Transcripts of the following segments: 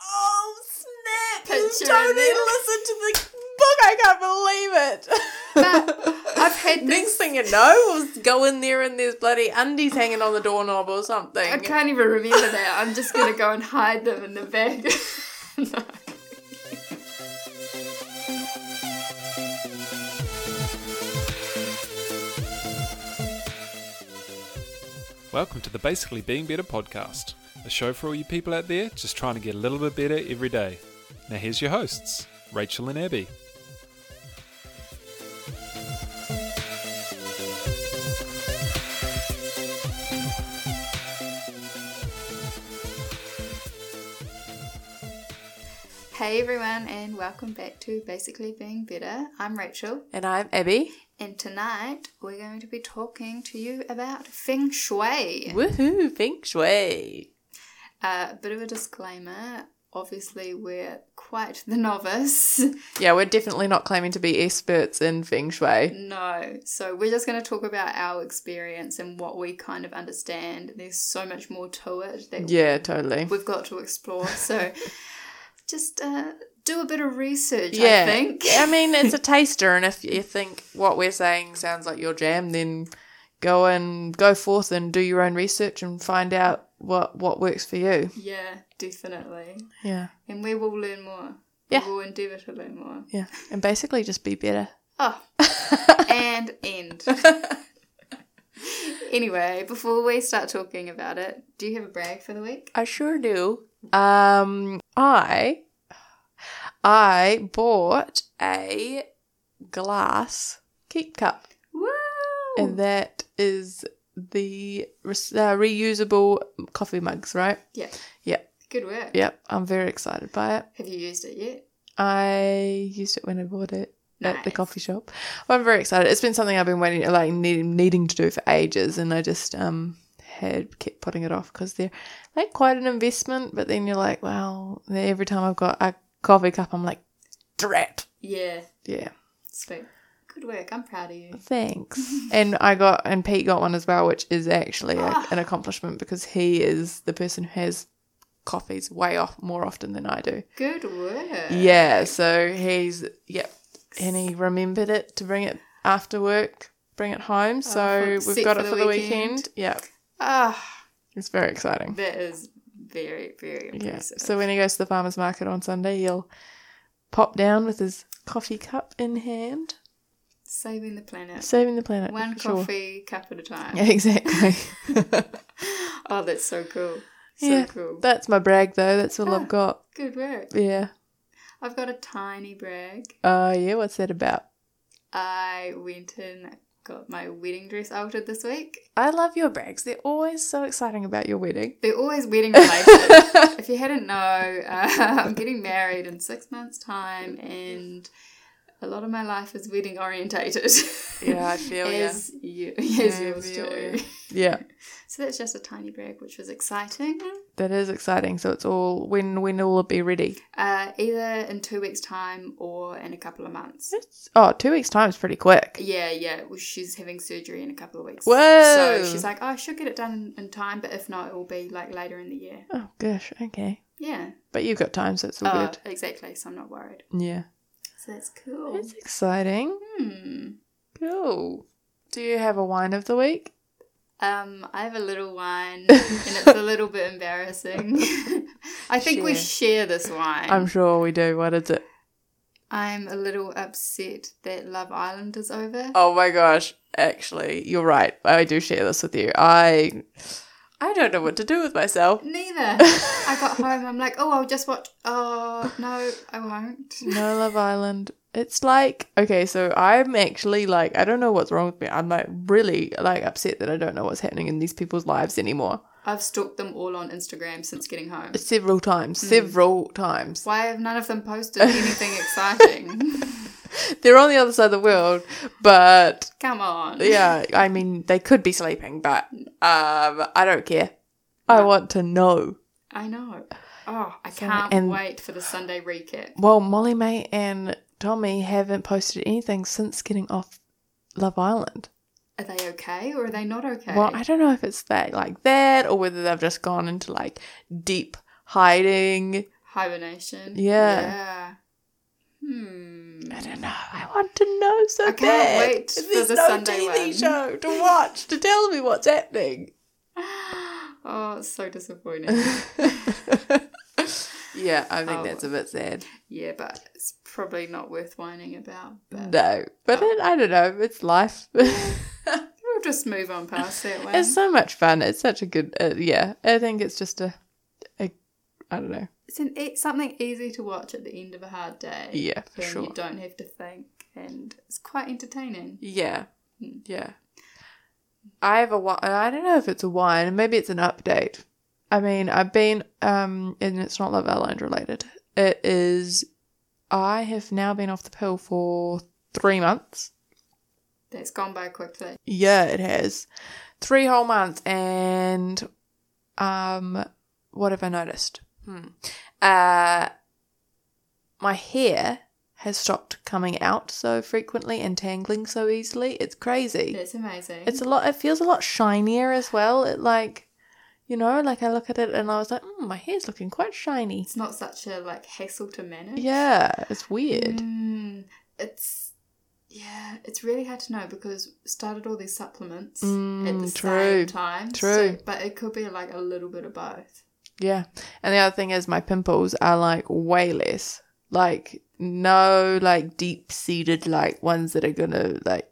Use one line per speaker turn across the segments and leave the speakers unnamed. Oh,
picture
Tony
of it.
listened to the book. I can't believe it.
But I've had this-
Next thing you know, was go in there and there's bloody undies hanging on the doorknob or something.
I can't even remember that. I'm just gonna go and hide them in the bag. No.
Welcome to the Basically Being Better podcast, a show for all you people out there just trying to get a little bit better every day. Now, here's your hosts, Rachel and Abby.
Hey everyone, and welcome back to Basically Being Better. I'm Rachel,
And I'm Abby.
and tonight we're going to be talking to you about feng shui.
Woohoo, feng shui.
A bit of a disclaimer. Obviously, we're quite the novice.
Yeah, we're definitely not claiming to be experts in feng shui.
No. So we're just going to talk about our experience and what we kind of understand. There's so much more to it that
Yeah, totally.
we've got to explore. So just uh, do a bit of research,
Yeah.
I think.
I mean, it's a taster, and if you think what we're saying sounds like your jam, then go and go forth and do your own research and find out what what works for you.
Yeah, definitely.
Yeah.
And we will learn more.
Yeah.
We will endeavour to learn more.
Yeah. And basically just be better.
Oh, and end. anyway, before we start talking about it, do you have a brag for the week?
I sure do. Um, I I bought a glass keep cup,
Woo!
and that is the re- uh, reusable coffee mugs, right?
yeah.
Yeah.
Good work.
Yep, I'm very excited by it.
Have you used it yet?
I used it when I bought it at the
Nice.
coffee shop. Well, I'm very excited. It's been something I've been waiting, like needing, needing to do for ages, and I just um had kept putting it off because they're like quite an investment. But then you're like, well, every time I've got a coffee cup, I'm like, drat.
Yeah.
Yeah,
Sweet. Good work. I'm proud of you.
thanks. and I got and Pete got one as well, which is actually a,
Ah.
an accomplishment because he is the person who has coffees way off more often than I do.
Good work.
Yeah, so he's yep, and he remembered it to bring it after work, bring it home.
for-
So
set
we've got
for
it
the
Oh, for the
weekend.
weekend. Yeah,
Ah,
it's very exciting.
that is very, very
Yeah.
impressive.
So when he goes to the farmers market on Sunday, he'll pop down with his coffee cup in hand,
saving the planet.
saving the planet.
One
for sure.
coffee cup at a time.
Yeah, exactly.
Oh, that's so cool. So
yeah,
cool.
that's my brag though. That's all
Ah.
I've got.
Good work.
Yeah.
I've got a tiny brag.
Uh, yeah. What's that about?
I went and got my wedding dress altered this week.
I love your brags. They're always so exciting about your wedding.
They're always wedding related. if you hadn't know, uh, I'm getting married in six months' time, and a lot of my life is wedding orientated.
Yeah, I feel ya.
as you. As
Yeah, I
yours
feel
too.
ya. yeah.
So that's just a tiny brag, which was exciting.
That is exciting. So it's all when when will it be ready?
Uh, either in two weeks' time or in a couple of months.
It's, oh, two weeks time is pretty quick.
Yeah, yeah. Well, she's having surgery in a couple of weeks.
Whoa.
So she's like, oh, I should get it done in time, but if not, it will be like later in the year.
Oh gosh, okay.
Yeah.
But you've got time, so it's all
Uh,
good.
exactly. So I'm not worried.
Yeah,
So that's cool.
Uh, it's exciting.
Hmm.
Cool. Do you have a wine of the week?
Um, I have a little wine, and it's a little bit embarrassing. I think we share this wine.
I'm sure we do. What is it?
I'm a little upset that Love Island is over.
Oh my gosh! Actually, you're right. I do share this with you. I I don't know what to do with myself.
Neither. I got home. I'm like, oh, I'll just watch. Oh no, I won't.
No Love Island. It's like okay, so I'm actually like I don't know what's wrong with me. I'm like really like upset that I don't know what's happening in these people's lives anymore.
I've stalked them all on Instagram since getting home.
Several times,
Hmm.
several times.
Why have none of them posted anything exciting?
They're on the other side of the world, but
Come on.
yeah, I mean they could be sleeping, but um, I don't care. I want to know.
I know. Oh, I can't
and-
wait for the Sunday recap.
Well, Molly May and Tommy haven't posted anything since getting off Love Island.
Are they okay or are they not okay?
Well, I don't know if it's that like that or whether they've just gone into like deep hiding.
hibernation.
Yeah.
Yeah. Hmm.
I don't know. I want to know so
I can't
bad.
wait for
There's
the
no
Sunday
TV
one.
show to watch to tell me what's happening.
Oh, it's so disappointing.
yeah, I think
Oh.
that's a bit sad.
yeah, but it's probably not worth whining about. But
No, but it, I don't know. It's life.
we'll just move on past that one.
it's so much fun. It's such a good. Uh, yeah, I think it's just a, a. I don't know.
It's an it's something easy to watch at the end of a hard day.
Yeah, for
Then
sure.
You don't have to think, and it's quite entertaining.
Yeah, yeah. I have a wine. I don't know if it's a wine. Maybe it's an update. I mean, I've been um, and it's not Love Island related. It is. I have now been off the pill for three months.
That's gone by quickly.
Yeah, it has. Three whole months and um what have I noticed? Hmm. Uh my hair has stopped coming out so frequently and tangling so easily. It's crazy.
That's amazing.
It's a lot it feels a lot shinier as well. It like you know, like I look at it and I was like, mm, my hair's looking quite shiny.
It's not such a like hassle to manage.
Yeah, it's weird.
Mm, it's yeah, it's really hard to know because started all these supplements at the
Mm, true.
same time.
True.
so- but it could be like a little bit of both.
Yeah. And the other thing is my pimples are like way less. Like no like deep seated like ones that are gonna like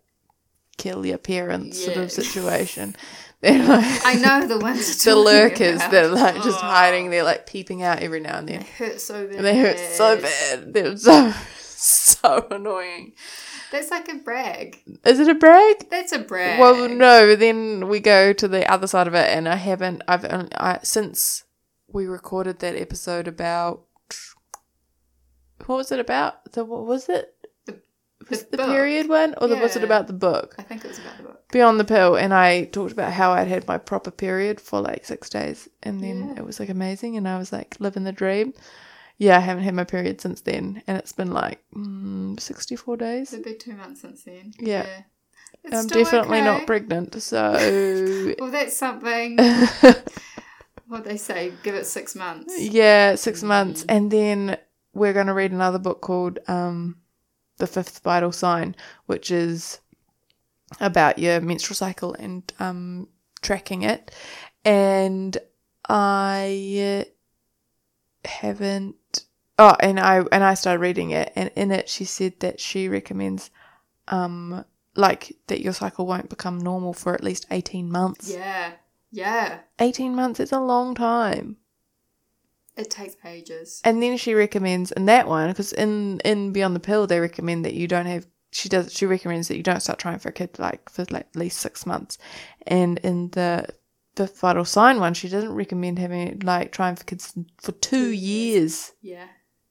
kill your parents sort
Yeah.
of situation. They're like
I know the ones
the
you're talking
lurkers
about.
that are like just
Oh,
hiding, they're like peeping out every now and
It
then.
hurts so bad.
And they hurt so bad. They're so so annoying.
That's like a brag.
Is it a brag?
That's a brag.
Well, no. but Then we go to the other side of it, and I haven't. I've only, I, since we recorded that episode about what was it about? The what was it?
The-
was
the
it the
book.
period one, or the, was it
Yeah.
about the book
I think it was about the book.
Beyond the Pill? And I talked about how I'd had my proper period for like six days, and then
Yeah.
it was like amazing, and I was like living the dream. Yeah, I haven't had my period since then, and it's been like mm, sixty-four days.
It's a big two months since then.
Yeah.
It's
I'm
still
definitely
okay.
not pregnant, so
Well, that's something. what they say, give it six months.
Yeah, six months.
Mm.
And then we're going to read another book called um, The Fifth Vital Sign, which is about your menstrual cycle and um, tracking it. And I haven't. Oh, and I and I started reading it, and in it she said that she recommends, um, like that your cycle won't become normal for at least eighteen months.
Yeah. Yeah.
Eighteen months is a long time.
It takes ages.
And then she recommends in that one because in in Beyond the Pill they recommend that you don't have. She does. She recommends that you don't start trying for a kid like for like at least six months. And in the the vital sign one, she doesn't recommend having it, like trying for kids for two years.
Yeah.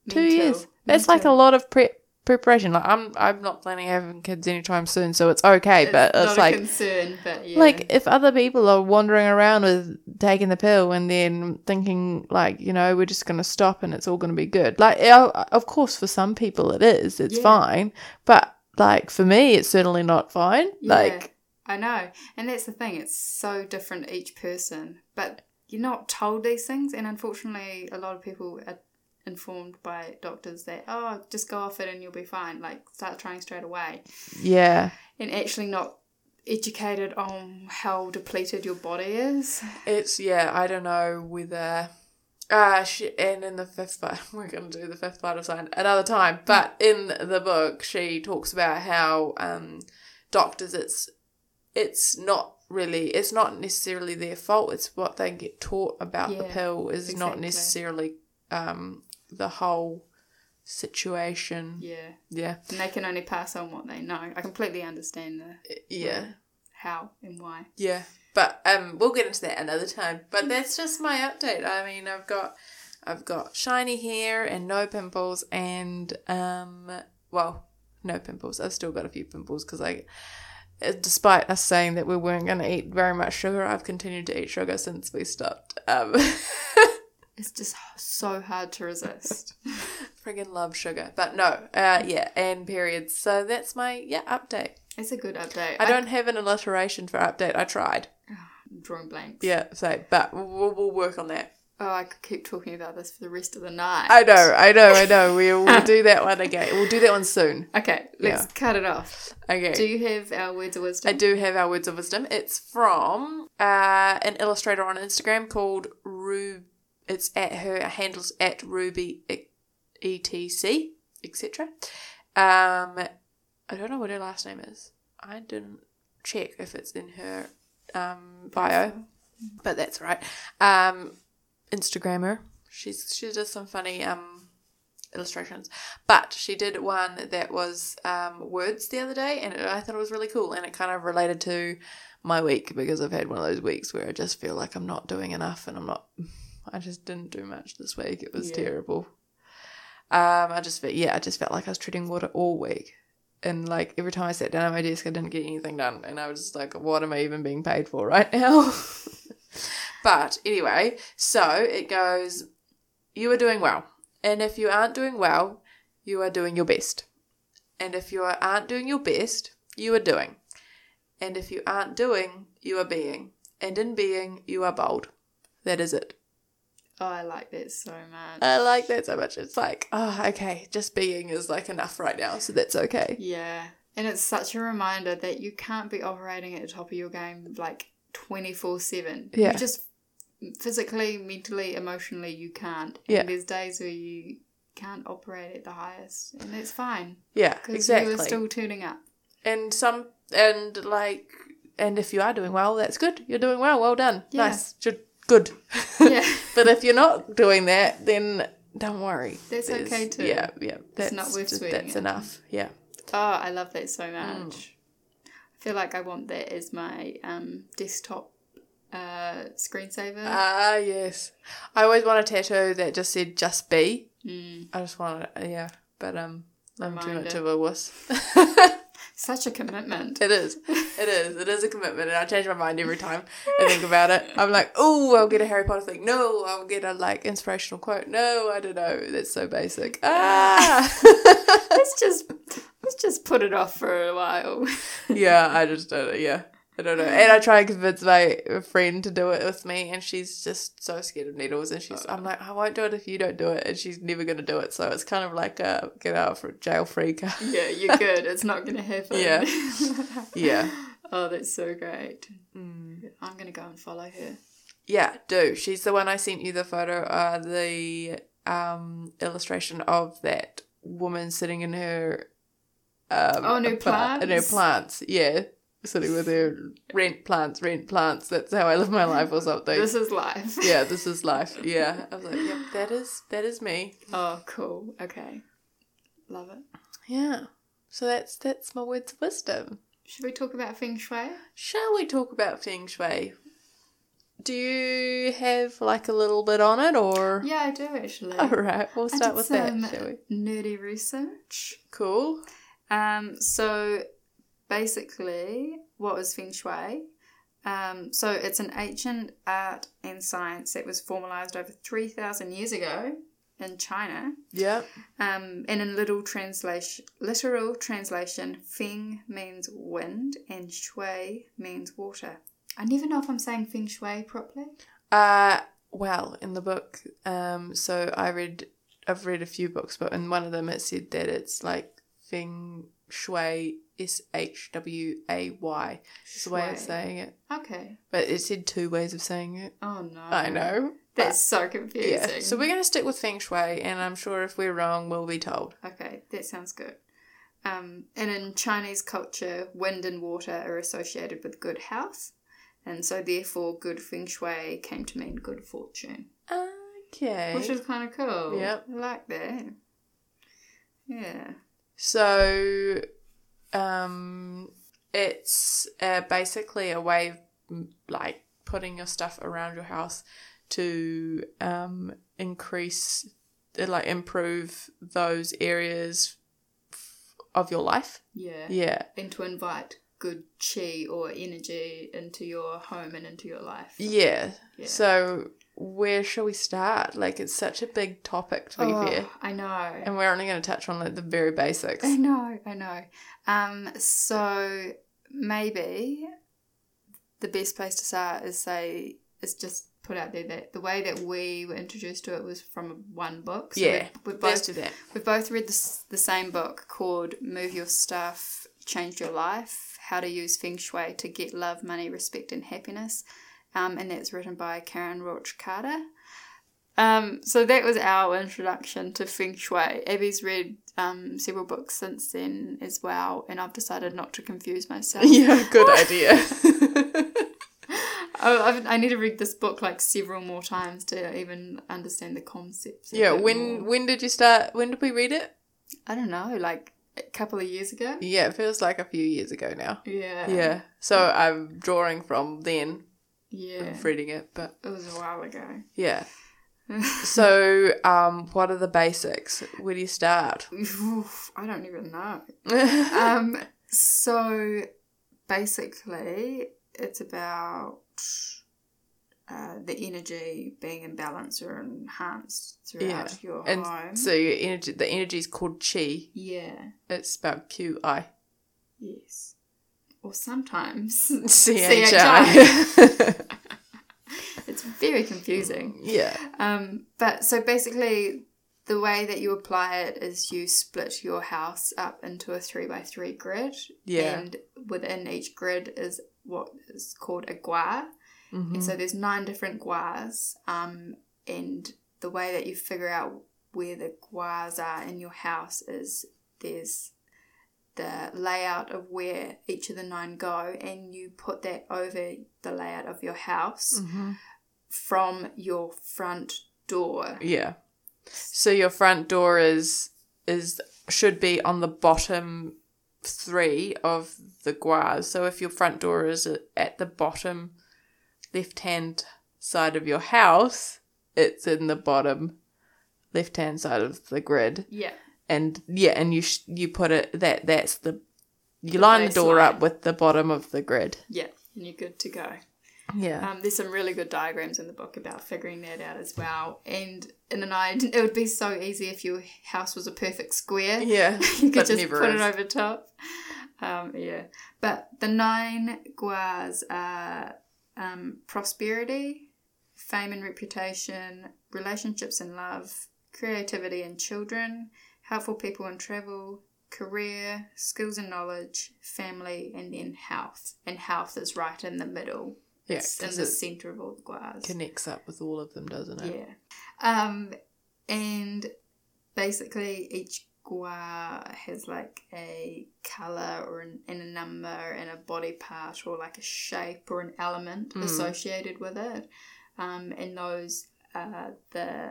Me
Two
too.
years.
Me
That's like a
too.
lot of prep preparation. Like I'm I'm not planning having kids anytime soon, so it's okay. but
not
it's
a
like
concern, but yeah.
like if other people are wandering around with taking the pill and then thinking like you know we're just going to stop and it's all going to be good like uh, of course for some people it is it's
Yeah.
fine but like for me it's certainly not fine
Yeah.
like
I know. And that's the thing, it's so different each person. But you're not told these things and unfortunately a lot of people are informed by doctors that, oh, just go off it and you'll be fine. Like start trying straight away.
yeah
And actually not educated on how depleted your body is.
it's yeah i don't know whether uh she, and in the fifth part we're going to do the fifth part of sign another time but in the book she talks about how um doctors it's it's not really it's not necessarily their fault it's what they get taught about the
Yeah,
pill is not
exactly.
necessarily um the whole situation
Yeah.
yeah
And they can only pass on what they know. I completely understand the
yeah
how and why.
Yeah, but um, we'll get into that another time. But that's just my update. I mean, I've got, I've got shiny hair and no pimples, and um, well, no pimples. I've still got a few pimples because I, uh, despite us saying that we weren't going to eat very much sugar, I've continued to eat sugar since we stopped. Um,
It's just so hard to resist.
friggin' love sugar, but no, uh, yeah, and periods. So that's my yeah update.
it's a good update.
I don't have an alliteration for update. I tried.
I'm drawing blanks.
Yeah, so but we'll, we'll work on that.
Oh, I could keep talking about this for the rest of the night.
I know, I know, I know. We will do that one again. We'll do that one soon.
Okay, let's cut it off.
Okay.
Do you have our words of wisdom?
I do have our words of wisdom. It's from uh, an illustrator on Instagram called Rube. It's at her handles at Ruby e- etc. etc. Um, I don't know what her last name is. I didn't check if it's in her um, bio, but that's all right. Um, Instagrammer. She's she does some funny um illustrations. But she did one that was um, words the other day, and it, I thought it was really cool. And it kind of related to my week because I've had one of those weeks where I just feel like I'm not doing enough, and I'm not. I just didn't do much this week. It was
Yeah.
terrible. Um, I just felt yeah, I just felt like I was treading water all week. And like every time I sat down at my desk, I didn't get anything done, and I was just like, "What am I even being paid for right now?" but anyway, so it goes. You are doing well. And if you aren't doing well, you are doing your best. And if you are- aren't doing your best, you are doing. And if you aren't doing, you are being. And in being, you are bold. That is it.
Oh, I like that so much.
I like that so much. It's like, oh, okay, just being is like enough right now, so that's okay.
yeah. And it's such a reminder that you can't be operating at the top of your game like 24 7.
Yeah.
You just physically, mentally, emotionally, you can't.
Yeah.
And there's days where you can't operate at the highest, and that's fine
Yeah,
because
exactly.
you are still tuning up.
and some, and like, and if you are doing well, that's good. You're doing well. Well done.
Yeah.
Nice. Ju- Good.
Yeah.
But if you're not doing that, then don't worry.
That's
There's-
okay too.
Yeah, yeah. That's
not worth
just-
sweating
That's
it.
enough. Yeah.
Oh, I love that so
Mm.
much. I feel like I want that as my um, desktop uh, screensaver.
Ah, yes. I always want a tattoo that just said "just be."
mm.
I just want it. Yeah, but um, I'm too much
Reminder.
of a wuss.
Such a commitment.
it is. It is. It is a commitment, and I change my mind every time I think about it. I'm like, oh, I'll get a Harry Potter thing. No, I'll get a like inspirational quote. No, I don't know. That's so basic. Ah.
let's just let's just put it off for a while.
yeah, I just don't know. Yeah, I don't know. And I try and convince my friend to do it with me, and she's just so scared of needles. And she's, I'm like, I won't do it if you don't do it, and she's never gonna do it. So it's kind of like a get out for jail free card.
yeah, you're good. It's not gonna happen.
Yeah. Yeah,
oh, that's so great.
Mm.
I'm gonna go and follow her.
yeah, do. She's the one I sent you the photo, uh, the um illustration of that woman sitting in her. Um,
Oh, in her
apa- In her
plants.
plants, yeah. Sitting with her rent plants, rent plants. That's how I live my life, or something.
This is life.
yeah, this is life. Yeah. I was like, yep, that is that is me.
Oh, cool. Okay. Love it.
Yeah. So that's that's my words of wisdom.
Should we talk about feng shui?
Shall we talk about feng shui? Do you have like a little bit on it or
Yeah, I do actually.
All right, we'll
I
start
did
with
some
that, shall we?
Nerdy research.
Cool.
Um, so basically, what is feng shui? Um, so it's an ancient art and science that was formalized over 3,000 years ago in China.
Yeah.
Um, and in little translation, literal translation, feng means wind and shui means water. I never know if I'm saying feng shui properly.
Uh well, in the book, um, so I read I've read a few books, but in one of them it said that it's like feng shui S H W A Y is the way of
Shui.
saying it.
Okay.
But it said two ways of saying it.
Oh no.
I know. Ah,
That's so confusing.
Yeah. So we're going to stick with feng shui, and I'm sure if we're wrong, we'll be told.
Okay, that sounds good. Um, and in Chinese culture, wind and water are associated with good health, and so therefore, good feng shui came to mean good fortune,
Okay.
which is kind of cool.
Yep.
I like that. Yeah.
so, um, it's uh, basically a way of mm, like putting your stuff around your house to um, increase, uh, like, improve those areas f- of your life.
yeah,
Yeah.
and to invite good chi or energy into your home and into your life.
Yeah.
Yeah.
So. Where shall we start? Like, it's such a big topic, to be
Oh,
fair.
I know.
And we're only going to touch on like the very basics.
I know, I know. Um, so maybe the best place to start is say is just put out there that the way that we were introduced to it was from one book.
Yeah,
we, we
Let's
both
do that.
we both read this, the same book called Move Your Stuff, Change Your Life: How to Use Feng Shui to Get Love, Money, Respect, and Happiness, um, and that's written by Karen Roach Carter. Um, so that was our introduction to Feng Shui. Abby's read um, several books since then as well, and I've decided not to confuse myself.
Yeah, good idea.
I, I've- I need to read this book like several more times to even understand the concepts. a
yeah,
bit
when
more.
when did you start? When did we read it?
I don't know, like a couple of years ago.
Yeah, it feels like a few years ago now.
Yeah.
Yeah, so I'm drawing from then,
Yeah.
reading it, but
It was a while ago.
yeah. so, um, what are the basics? Where do you start?
Oof, I don't even know.
yeah,
Um, so basically, it's about uh, the energy being in balance or enhanced throughout
Yeah,
your
and
home.
so your energy, the energy is called chi.
yeah.
It's spelled Q I
Yes. Or sometimes
C H I.
CHI. it's very confusing.
Yeah,
Um, but so basically, the way that you apply it is you split your house up into a three by three grid,
yeah.
and within each grid is what is called a gua.
Mhm.
And so there's nine different guas, um, and the way that you figure out where the guas are in your house is there's the layout of where each of the nine go, and you put that over the layout of your house
Mhm.
from your front door.
Yeah. So your front door is is should be on the bottom three of the guas. So if your front door is at the bottom left hand side of your house, it's in the bottom left hand side of the grid.
Yeah.
And yeah, and you sh- you put it that that's the you line the door
baseline.
up with the bottom of the grid.
Yeah. And you're good to go.
Yeah.
Um, there's some really good diagrams in the book about figuring that out as well. And in an idea, it would be so easy if your house was a perfect square.
yeah.
you could
but
just
never
put
is.
it over top. Um, yeah. But the nine guas are um, prosperity, fame and reputation, relationships and love, creativity and children, helpful people and travel, career, skills and knowledge, family, and then health. And health is right in the middle.
Yeah,
It's in
'cause
the
it
centre of all the guas.
connects up with all of them, doesn't it?
Yeah. Um, and basically each gua has like a color or an, and a number and a body part or like a shape or an element
Mm.
associated with it. Um, and those are uh, the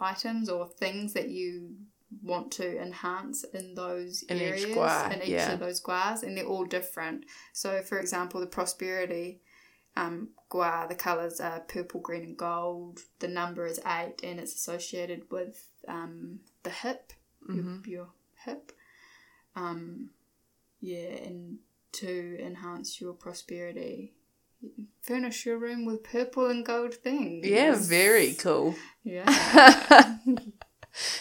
items or things that you want to enhance in those
In each
areas
gua,
in each
yeah.
of those guas and they're all different. So for example, the prosperity um, gua, the colours are purple, green, and gold. The number is eight, and it's associated with um, the hip, your-
Mhm.
your, hip. Um, yeah, and to enhance your prosperity, furnish your room with purple and gold things.
Yeah, very cool.
Yeah.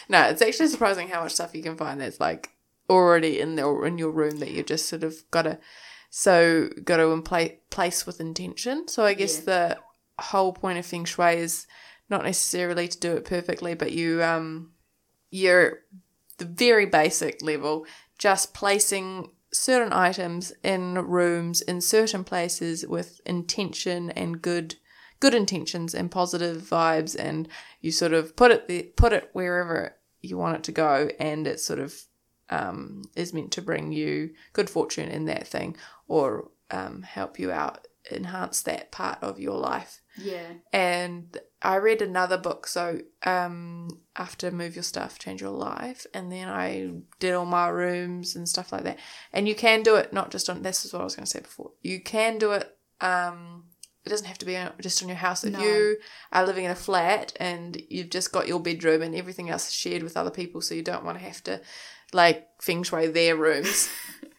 no, it's actually surprising how much stuff you can find that's like already in the in your room that you've just sort of got to so got to play, place with intention. So I guess the whole point of feng shui is not necessarily to do it perfectly, but you um you're the very basic level just placing certain items in rooms in certain places with intention and good good intentions and positive vibes and you sort of put it there, put it wherever you want it to go, and it sort of um, is meant to bring you good fortune in that thing or um, help you out, enhance that part of your life.
yeah.
And I read another book, so um, after Move Your Stuff, Change Your Life, and then I did all my rooms and stuff like that. And you can do it not just on, this is what I was going to say before, you can do it. Um, it doesn't have to be on- just on your house. If
No.
you are living in a flat and you've just got your bedroom and everything else is shared with other people, so you don't want to have to like feng shui their rooms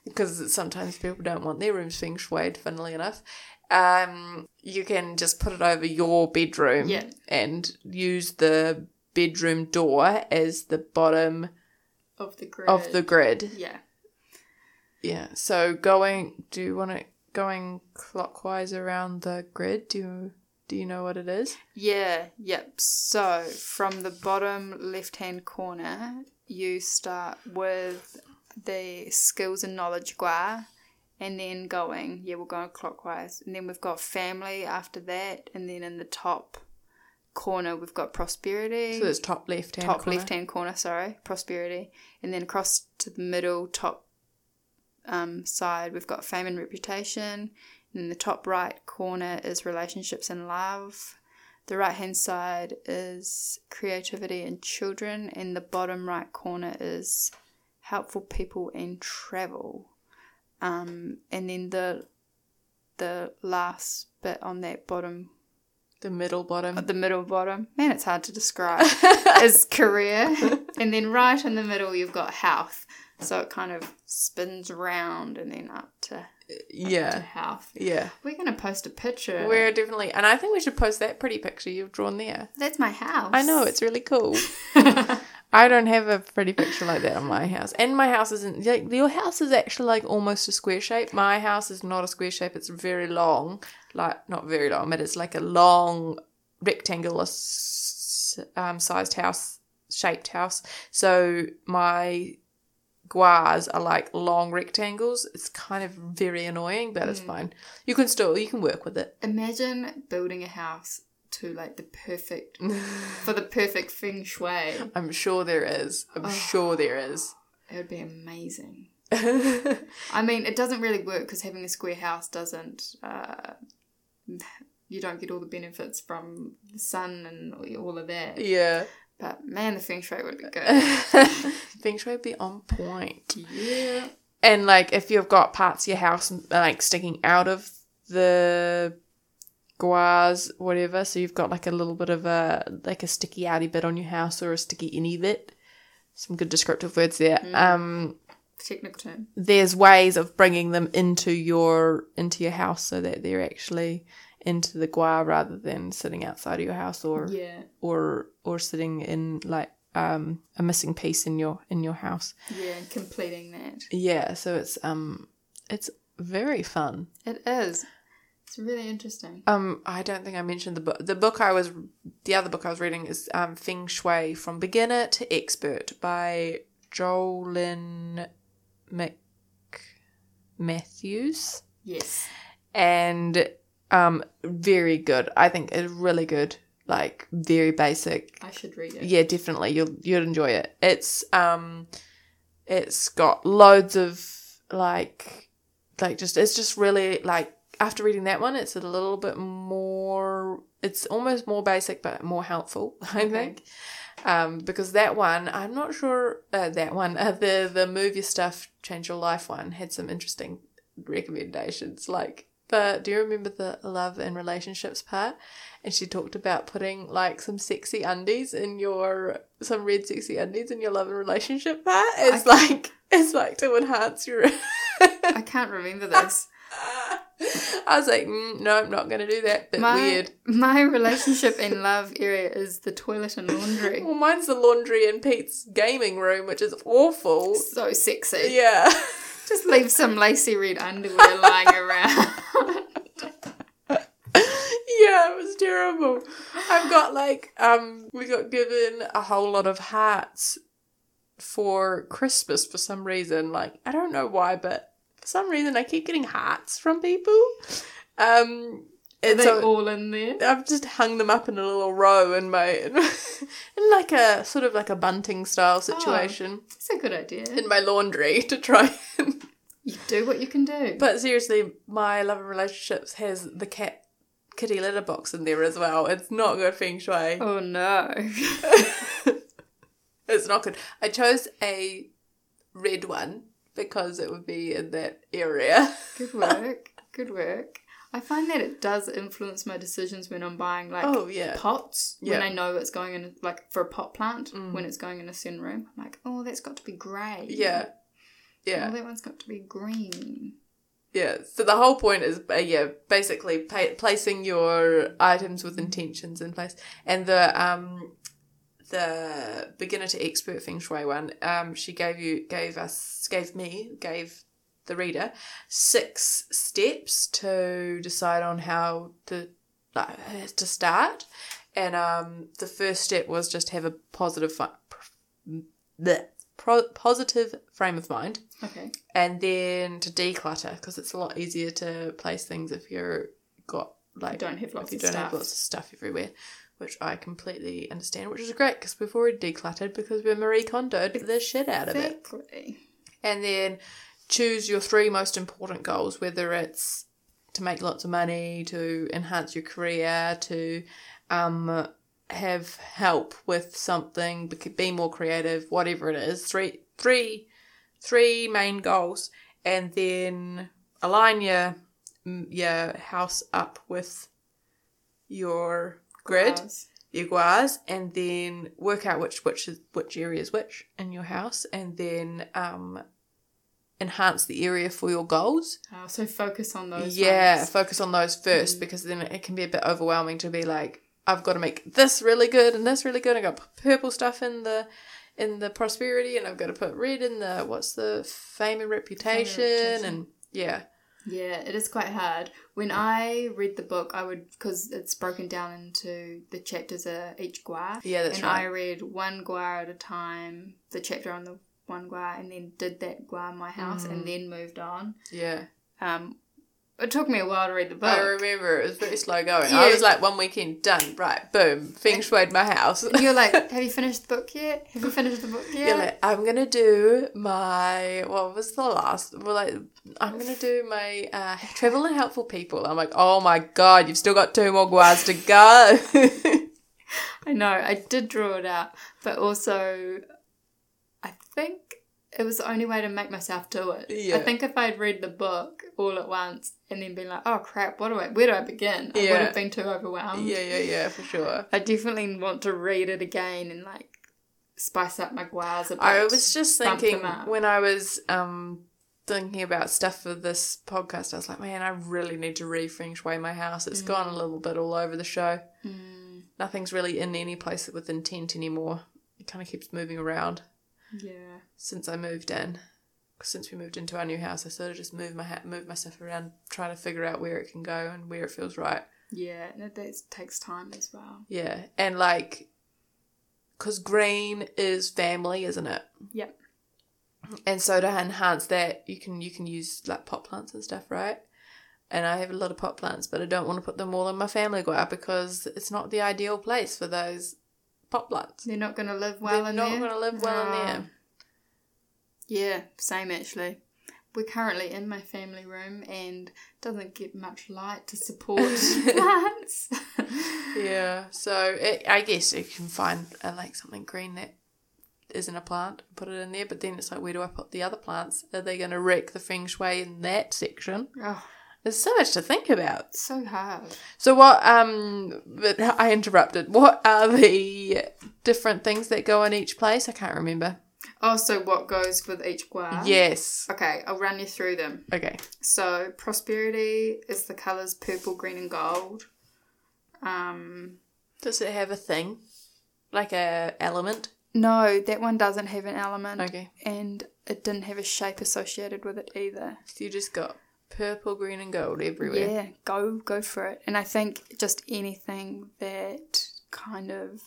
because sometimes people don't want their rooms feng shuied, funnily enough. Um, you can just put it over your bedroom
Yeah.
and use the bedroom door as the bottom
Of the grid.
of the grid.
Yeah.
Yeah. So going, do you want it going clockwise around the grid? Do you, Do you know what it is?
Yeah, yep. So from the bottom left hand corner, you start with the skills and knowledge gua and then going. Yeah, we're going clockwise. And then we've got family after that. And then in the top corner, we've got prosperity.
So it's top left hand.
top left hand corner, sorry, prosperity. And then across to the middle top um, side, we've got fame and reputation. And in the top right corner is relationships and love. The right hand side is creativity and children. And the bottom right corner is helpful people and travel. Um, and then the the last bit on that bottom
The middle bottom.
the middle bottom. Man, it's hard to describe. is career, and then right in the middle you've got health. So it kind of spins round and then up to, to
yeah.
health.
Yeah.
We're gonna post a picture.
We're definitely, and I think we should post that pretty picture you've drawn there.
That's my house.
I know it's really cool. I don't have a pretty picture like that on my house, and my house isn't like your house is actually like almost a square shape. My house is not a square shape; it's very long, like not very long, but it's like a long rectangular s- um, sized house, shaped house. So my guas are like long rectangles. It's kind of very annoying, but it's fine. You can still you can work with it.
Imagine building a house to like the perfect for the perfect feng shui.
I'm sure there is. I'm sure there is.
It would be amazing. I mean, it doesn't really work because having a square house doesn't. Uh, you don't get all the benefits from the sun and all of that.
yeah.
But man, the feng shui would be good.
Feng Shui be on point.
yeah.
And like if you've got parts of your house like sticking out of the guas, whatever, so you've got like a little bit of a like a sticky outy bit on your house or a sticky inny bit. Some good descriptive words there. Um,
Technical term.
there's ways of bringing them into your into your house so that they're actually into the gua rather than sitting outside of your house or
Yeah.
or or sitting in like um, a missing piece in your in your house.
Yeah, and completing that.
Yeah, so it's um it's very fun.
It is. It's really interesting.
Um I don't think I mentioned the book the book I was the other book I was reading is um Feng Shui from Beginner to Expert by Jolyn Mc Matthews
Yes.
and um very good. I think it's really good. Like very basic
I should read it.
yeah definitely you'll you'll enjoy it it's um it's got loads of like like just it's just really like after reading that one it's a little bit more it's almost more basic but more helpful i
Okay.
think um because that one i'm not sure uh, that one uh, the the move your stuff change your life one had some interesting recommendations like the do you remember the love and relationships part and she talked about putting like some sexy undies in your some red sexy undies in your love and relationship part it's
I-
like it's like to enhance your
I can't remember this.
I was like, mm, no, I'm not going to do that. But
my
weird.
my relationship and love area is the toilet and laundry.
Well, mine's the laundry in Pete's gaming room, which is awful.
So sexy.
Yeah.
Just leave some lacy red underwear lying around.
yeah, it was terrible. I've got like, um, we got given a whole lot of hearts for Christmas for some reason. Like, I don't know why, but for some reason I keep getting hearts from people. Um,
Are
and
they
so-
all in there?
I've just hung them up in a little row in my in like a sort of like a bunting
Oh.
style situation
It's a good idea.
in my laundry to try. And,
You do what you can do.
but seriously, my love and relationships has the cat kitty litter box in there as well. It's not good feng shui.
oh no.
It's not good. I chose a red one because it would be in that area.
good work. Good work. I find that it does influence my decisions when I'm buying like
Oh yeah,
pots
Yeah. Mm.
when I know it's going in like for a pot plant when it's going in a sun room. I'm like, oh, that's got to be grey.
yeah, yeah.
Oh, that one's got to be green.
Yeah, so the whole point is, uh, yeah, basically pa- placing your items with intentions in place. And the um, the beginner to expert feng shui one, um, she gave you, gave us, gave me, gave the reader six steps to decide on how to like to start. And um, the first step was just have a positive, fi- pr- bleh, pro- positive frame of mind,
Okay.
and then to declutter because it's a lot easier to place things if you're got like
You don't have
if
lots
you
of
don't
stuff.
have lots of stuff everywhere, which I completely understand, which is great because we've already decluttered because we're Marie Kondo the shit out of it.
Exactly.
And then choose your three most important goals, whether it's to make lots of money, to enhance your career, to um, have help with something, bec- be more creative, whatever it is. Three, three, three main goals, and then align your mm, your house up with your grid
Guas.
your guas and then work out which which is which area is which in your house and then um enhance the area for your goals
Oh, so focus on those.
yeah
ones. Mm.
focus on those first because then it can be a bit overwhelming to be like i've got to make this really good and this really good i got to put purple stuff in the in the prosperity and i've got to put red in the what's the fame and reputation,
reputation.
and yeah
Yeah, it is quite hard. When I read the book, I would because it's broken down into the chapters of each gua.
yeah that's
and I
right
read one gua at a time, the chapter on the one gua, and then did that gua in my house,
Mm.
and then moved on.
yeah
Um, it took me a while to read the book.
I remember it was very slow going. I
Yeah.
was like one weekend done, right? Boom, feng shuied my house.
And you're like, have you finished the book yet? Have you finished the book yet?
You're like, I'm gonna do my what was the last? Well, like I'm gonna do my uh, travel and helpful people. I'm like, oh my god, you've still got two more guas to go.
I know, I did draw it out, but also I think it was the only way to make myself do it.
Yeah.
I think if I'd read the book all at once and then been like, oh crap, what do I, where do I begin? I would
Yeah.
have been too overwhelmed.
yeah, yeah, yeah, for sure.
I definitely want to read it again and like spice up my guas a bit.
I was just
bump
thinking
them up.
when I was um, thinking about stuff for this podcast, I was like, man, I really need to re feng shui my house. It's gone a little bit all over the show.
Mm,
Nothing's really in any place with intent anymore. It kind of keeps moving around.
yeah.
since I moved in. Since we moved into our new house, I sort of just moved my ha- moved myself around, trying to figure out where it can go and where it feels right.
Yeah, and that takes time as well.
Yeah, and like, cause green is family, isn't it?
Yep.
And so to enhance that, you can you can use like pot plants and stuff, right? And I have a lot of pot plants, but I don't want to put them all in my family garden because it's not the ideal place for those pot plants.
They're not going to live well
They're
in
not
there.
going to live well in
No.
there.
Yeah, same actually. We're currently in my family room and doesn't get much light to support plants.
Yeah, so it, I guess you can find uh, like something green that isn't a plant, put it in there. But then it's like, where do I put the other plants? Are they going to wreck the feng shui in that section?
Oh,
There's so much to think about.
it's so hard.
So what? Um, but I interrupted. What are the different things that go in each place? I can't remember.
Oh, so what goes with each gua?
yes.
Okay, I'll run you through them.
Okay.
So prosperity is the colours purple, green, and gold. Um,
Does it have a thing, like a element?
no, that one doesn't have an element,
Okay.
and it didn't have a shape associated with it either.
So you just got purple, green, and gold everywhere.
Yeah, go go for it. And I think just anything that kind of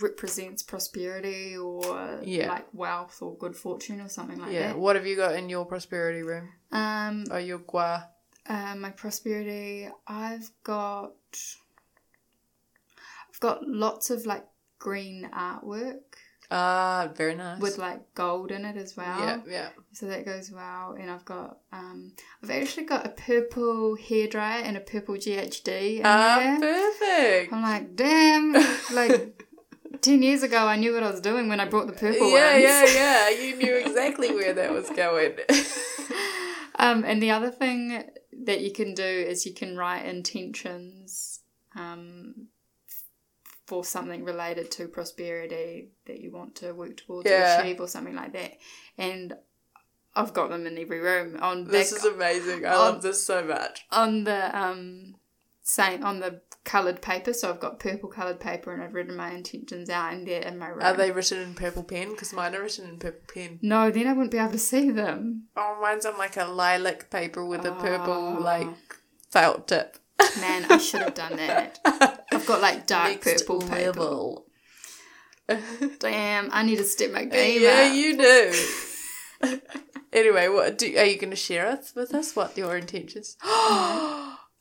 represents prosperity or
Yeah.
like wealth or good fortune or something like
Yeah. What have you got in your prosperity room?
that. Um,
Oh, your gua.
uh, my prosperity, I've got, I've got lots of like green artwork
Ah, very nice.
with like gold in it as well.
yeah, yeah.
So that goes well, and I've got um, I've actually got a purple hairdryer and a purple GHD. In
Ah,
there.
perfect.
I'm like, damn! Like ten years ago, I knew what I was doing when I brought the purple
yeah,
ones.
yeah, yeah. You knew exactly where that was going.
Um, and the other thing that you can do is you can write intentions um, for something related to prosperity that you want to work towards
Yeah.
or achieve or something like that. And I've got them in every room on
this
back-
is amazing. I
Um,
love this so much.
on the um same on the coloured paper. So I've got purple coloured paper, and I've written my intentions out, and they're in my room.
Are they written in purple pen? Because mine are written in purple pen.
No, then I wouldn't be able to see them.
Oh, mine's on like a lilac paper with a purple
Ah.
like felt tip.
Man, I should have done that. I've got like dark
Next
purple paper.
level.
Damn, I need to step my game
Yeah,
up.
you do. anyway, what do are you going to share us with us? What your intentions? okay.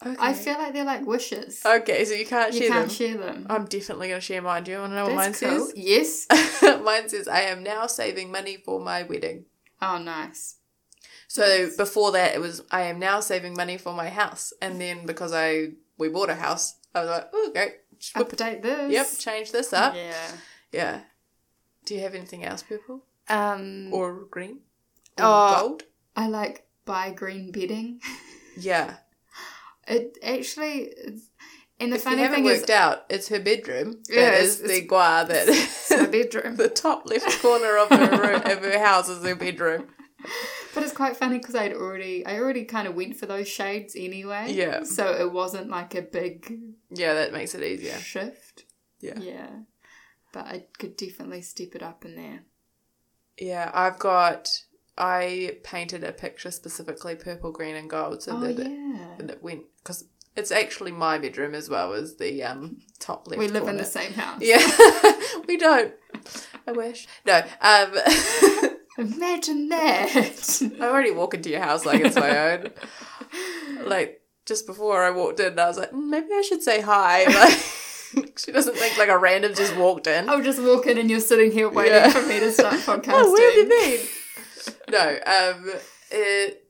I feel like they're like wishes.
okay, so you can't
you
share
can't
them.
share them.
I'm definitely going to share mine. Do you want to know what mine
That's cool.
says?
Yes.
mine says, "I am now saving money for my wedding."
Oh, nice.
So before that, it was I am now saving money for my house, and then because I we bought a house, I was like, "Oh, great, Just whip it-
Update this.
yep, change this up." Yeah.
Yeah.
Do you have anything else, purple
Um,
or green or
Oh.
gold?
I like buy green bedding.
Yeah.
It actually, it's- and the
If you
funny
haven't
thing is,
worked out, it's her bedroom.
Yeah,
that
it's-
is the gua
it's my
that
bedroom.
the top left corner of her room of her house is her bedroom.
But it's quite funny because I'd already, I already kind of went for those shades anyway.
Yeah.
So it wasn't like a big
Yeah, that makes it easier.
shift.
Yeah.
Yeah. But I could definitely step it up in there.
Yeah, I've got I painted a picture specifically purple, green and gold so
oh
that it
yeah.
and it went because it's actually my bedroom as well as the um top left.
We live in
corner.
the same house.
Yeah, we don't. I wish. No, um,
Imagine that.
I already walk into your house like it's my own. Like just before I walked in, I was like, "Mm, maybe I should say hi. Like, she doesn't think like a random just walked in.
I'll just walk in and you're sitting here waiting
Yeah.
for me to start podcasting.
Oh, where have you been? no, um, it,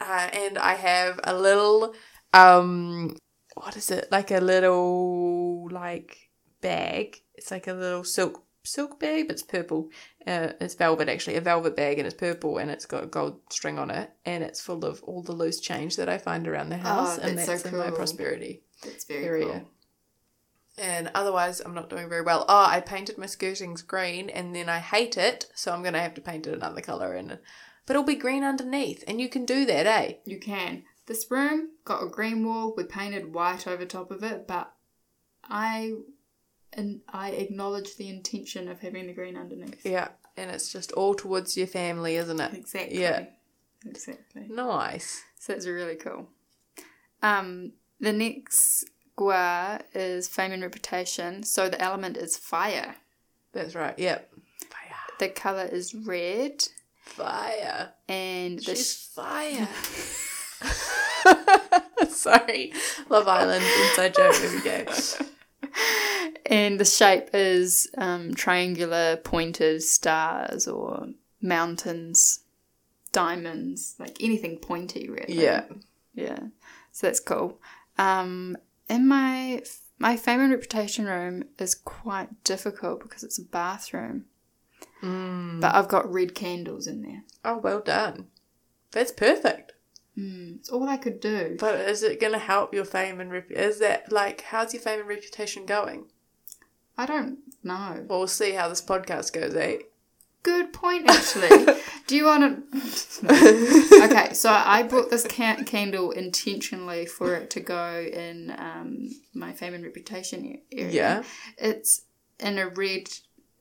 uh, and I have a little, um, what is it? Like a little, like, bag. It's like a little silk, silk bag, but it's purple. Uh, it's velvet, actually, a velvet bag, and it's purple, and it's got a gold string on it, and it's full of all the loose change that I find around the house, and
Oh, that's
that's
so
in my
cool.
prosperity
That's very
area.
cool.
And otherwise, I'm not doing very well. Oh, I painted my skirtings green and then I hate it, so I'm going to have to paint it another colour. And But it'll be green underneath, and you can do that, eh?
You can. This room got a green wall. We painted white over top of it, but I and I acknowledge the intention of having the green underneath.
Yeah. And it's just all towards your family, isn't it?
Exactly.
Yeah.
Exactly.
Nice.
So that's really cool. Um, the next gua is fame and reputation. So the element is fire.
That's right. Yep. Fire.
The color is red,
Fire.
and the
She's
sh-
fire. Sorry. Love Island inside joke. There we go.
and the shape is um, triangular, pointed stars or mountains, diamonds, like anything pointy, really.
Yeah.
Yeah. So that's cool. Um, in my my fame and reputation room is quite difficult because it's a bathroom.
Mm.
But I've got red candles in there.
Oh, well done. That's perfect.
Mm, it's all I could do.
But is it going to help your fame and rep? Is that like how's your fame and reputation going?
I don't know.
Well, we'll see how this podcast goes, eh?
Good point, actually. do you want to? Okay, so I bought this ca- candle intentionally for it to go in um, my fame and reputation a- area.
yeah.
It's in a red,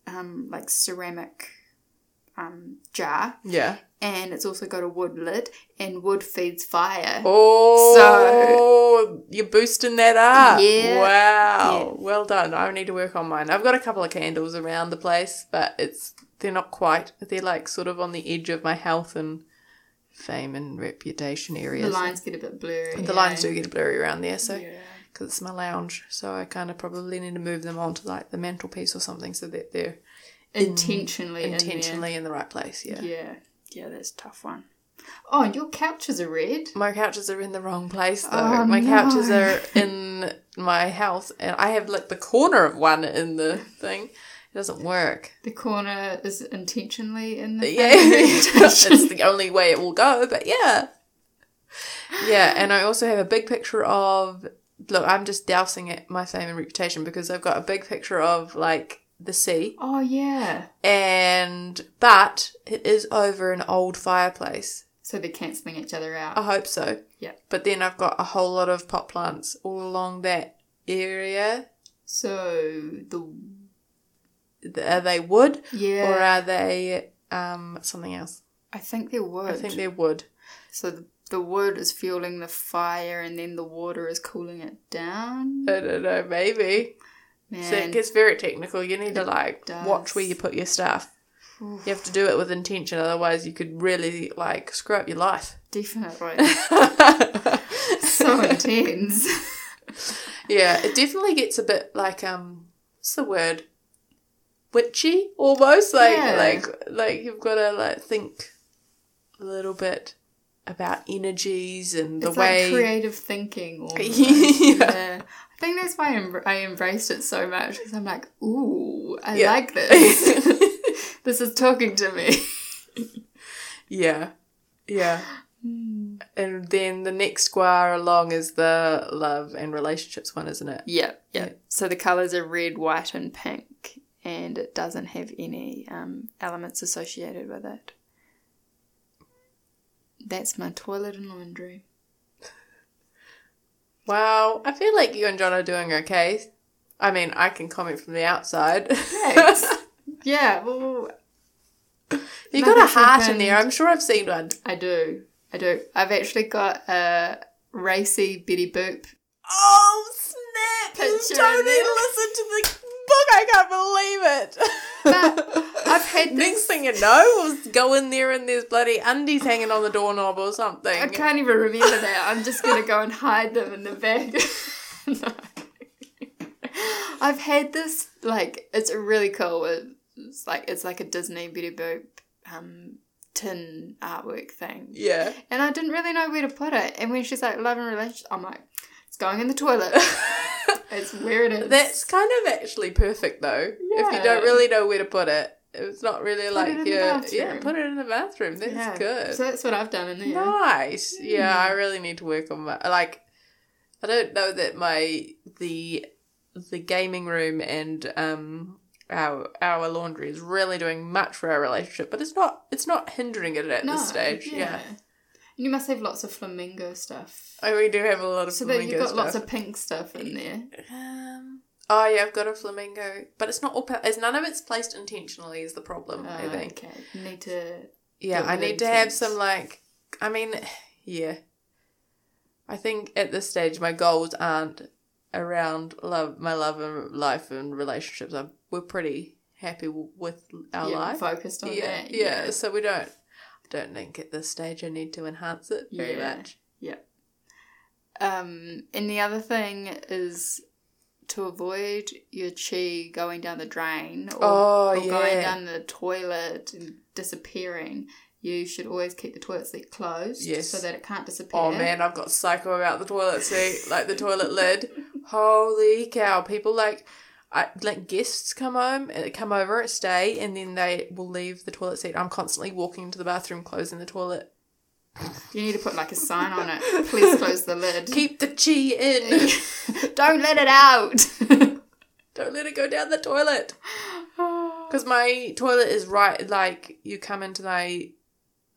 um, like ceramic um, jar,
Yeah.
and it's also got a wood lid, and wood feeds fire.
Oh, so you're boosting that up.
Yeah.
Wow. Well done. I need to work on mine. I've got a couple of candles around the place, but it's they're not quite. They're like sort of on the edge of my health and fame and reputation areas.
The lines get a bit blurry.
The
eh?
lines do get blurry around there, so
Yeah.
because it's my lounge, so I kind of probably need to move them onto like the mantelpiece or something so that they're
Intentionally, in there.
intentionally in the right place. Yeah.
Yeah, yeah, that's a tough one. Oh, and your couches are red.
My couches are in the wrong place though.
Oh,
my couches
no.
are in my house and I have like the corner of one in the thing. It doesn't work.
The corner is intentionally in the
But yeah.
orientation.
it's the only way it will go, but yeah. Yeah, and I also have a big picture of look, I'm just dousing it my fame and reputation because I've got a big picture of like the sea
Oh yeah,
and but it is over an old fireplace.
so they're cancelling each other out.
I hope so.
Yeah.
But then I've got a whole lot of pot plants all along that area.
So the
Th- Are they wood
yeah,
or are they um, something else?
I think they're wood.
I think they're wood.
so the, the wood is fueling the fire and then the water is cooling it down.
I don't know, maybe. So it
Man,
gets very technical. You need to like
does.
watch where you put your stuff.
Oof.
You have to do it with intention, otherwise you could really like screw up your life.
definitely. so intense.
Yeah, it definitely gets a bit like um, what's the word? Witchy almost. Like
Yeah.
like like you've got to like think a little bit about energies and the
it's
way.
like creative thinking. Or
Yeah.
yeah. I think that's why I em- I embraced it so much because I'm like, ooh, I
Yeah.
like this. this is talking to me.
yeah, yeah. And then the next square along is the love and relationships one, isn't it?
Yep, yep.
Yeah.
So the colours are red, white, and pink, and it doesn't have any um, elements associated with it. That's my toilet and laundry.
Wow, I feel like you and John are doing okay. I mean, I can comment from the outside.
Thanks. yeah, well,
you got a
Nothing's
heart in there.
happened.
I'm sure I've seen one.
I do. I do. I've actually got a racy Betty Boop.
Oh snap!
Picture
You
in
don't need
there.
to listen to the book. I can't believe it.
I've had
Next
this.
thing you know, was go in there and there's bloody undies hanging on the doorknob or something.
I can't even remember that. I'm just going to go and hide them in the bag. No. I've had this, like, it's really cool. It's like, it's like a Disney Betty Boop um, tin artwork thing.
Yeah.
And I didn't really know where to put it. And when she's like, love and relationship, I'm like, it's going in the toilet. it's where it is.
That's kind of actually perfect though. If you
Yeah.
don't really know where to put it, it's not really
it in
like
the
your yeah.
bathroom.
Put it in the bathroom. That's
Yeah.
good.
So that's what I've done in there.
Nice. Yeah,
Hmm.
I really need to work on my like. I don't know that my the the gaming room and um our our laundry is really doing much for our relationship, but it's not it's not hindering it at
No,
this stage. Yeah.
And you must have lots of flamingo stuff.
Oh, we do have a lot of
So that
flamingo
you've got lots
stuff.
of pink stuff in there.
Um, oh yeah, I've got a flamingo, but it's not all. Pa- it's none of it's placed intentionally is the problem. I
Oh,
think.
Okay. You need to.
Yeah,
Get
I
rid of
need to have
things.
some like I mean, yeah. I think at this stage my goals aren't around love my love and life and relationships. I'm, we're pretty happy w- with our
yeah,
life.
Focused on
yeah,
that.
yeah, So we don't I don't think at this stage I need to enhance it very
Yeah.
much.
Um, and the other thing is to avoid your chi going down the drain or,
Oh,
or
yeah.
going down the toilet and disappearing. You should always keep the toilet seat closed
Yes.
so that it can't disappear.
Oh man, I've got psycho about the toilet seat, like the toilet lid. Holy cow! People like, I, like guests come home, uh, come over, stay, and then they will leave the toilet seat. I'm constantly walking to the bathroom, closing the toilet.
You need to put like a sign on it. Please close the lid.
Keep the chi in.
Don't let it out.
Don't let it go down the toilet. Because my toilet is right, like you come into my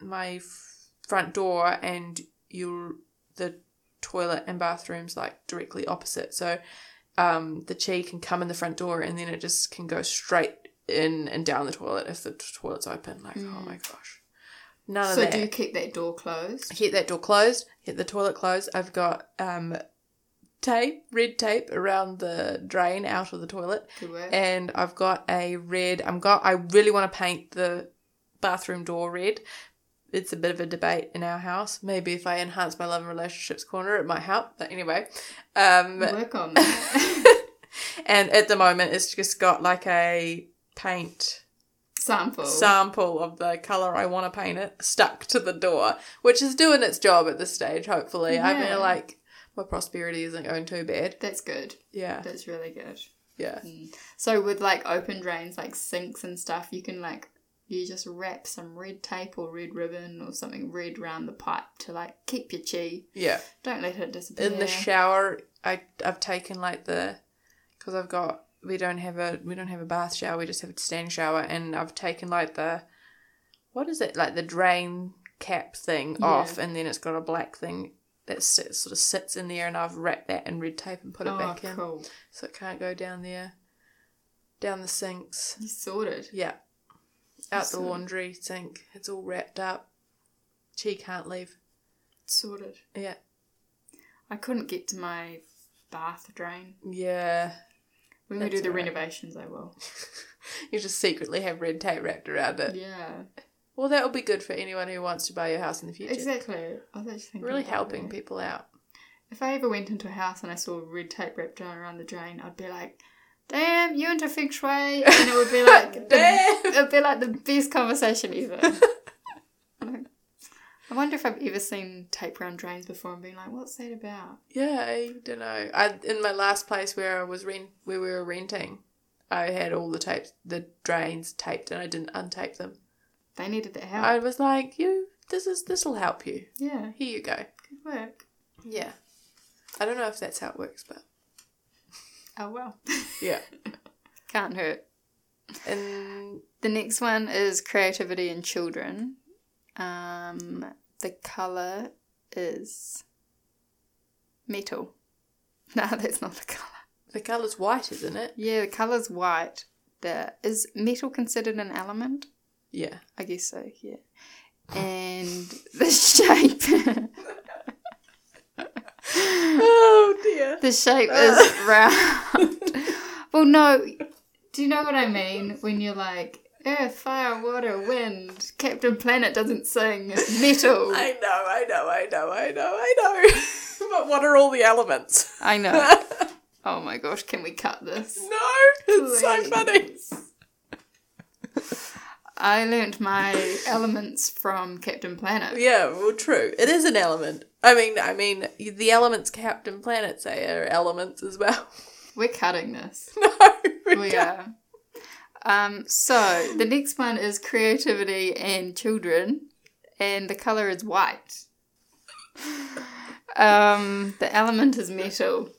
my f- front door and you the toilet and bathrooms like directly opposite. So um, the chi can come in the front door and then it just can go straight in and down the toilet if the t- toilet's open. Like oh my gosh, none of
Mm. so
that.
do you keep that door closed?
Keep that door closed. Keep the toilet closed. I've got um, tape, red tape around the drain out of the toilet
Good work.
and I've got a red. I'm got. I really want to paint the bathroom door red. It's a bit of a debate in our house. Maybe if I enhance my love and relationships corner, it might help. But anyway, um,
Work on that.
and at the moment, it's just got like a paint
Sample.
sample of the color I want to paint it stuck to the door, which is doing its job at this stage. Hopefully, I
Yeah.
feel like my prosperity isn't going too bad.
That's good.
Yeah,
That's really good.
yeah.
So with like open drains, like sinks and stuff, you can like you just wrap some red tape or red ribbon or something red round the pipe to like keep your chi.
Yeah.
Don't let it disappear.
in the shower I I've taken like the because I've got we don't have a we don't have a bath shower we just have a stand shower and I've taken like the what is it like the drain cap thing
Yeah.
off and then it's got a black thing that sit, sort of sits in there and I've wrapped that in red tape and put it
oh,
back in
cool.
so it can't go down there down the sinks
You sorted.
yeah out the
Awesome.
laundry sink it's all wrapped up she can't leave
sorted.
Yeah.
I couldn't get to my bath drain.
Yeah.
When we
That's
do the
alright.
renovations, I will.
You just secretly have red tape wrapped around it.
Yeah,
Well, that will be good for anyone who wants to buy your house in the future.
exactly. I was actually thinking
Really
about
helping
that.
people out.
If I ever went into a house and I saw red tape wrapped down around the drain, I'd be like, "Damn, you into feng shui?" And it would be like, the-
Damn.
it'd be like the best conversation ever. Like, I wonder if I've ever seen tape round drains before and been like, "What's that about?"
Yeah, I don't know. I in my last place where I was rent where we were renting, I had all the tapes, the drains taped, and I didn't untape them.
They needed that help.
I was like, you, this is this will help you.
yeah,
Here you go.
good work.
Yeah. I don't know if that's how it works, but
Oh well,
yeah.
can't hurt.
And
The next one is creativity in children. Um, the color is metal. No, that's not the color.
the colour's white, isn't it?
Yeah, the color's white. The is metal considered an element?
Yeah.
I guess so. Yeah. And the shape.
Oh dear.
the shape is round. well, no. Do you know what I mean? When you're like, earth, fire, water, wind, Captain Planet doesn't sing, metal.
I know, I know, I know, I know, I know. but what are all the elements?
I know. oh my gosh, can we cut this?
No, it's so funny.
I learnt my elements from Captain Planet.
Yeah, well, true. It is an element. I mean, I mean, the elements Captain Planet say are elements as well.
We're cutting this.
no, we
We
can't.
are. Um, so the next one is creativity and children, and the color is white. Um, the element is metal.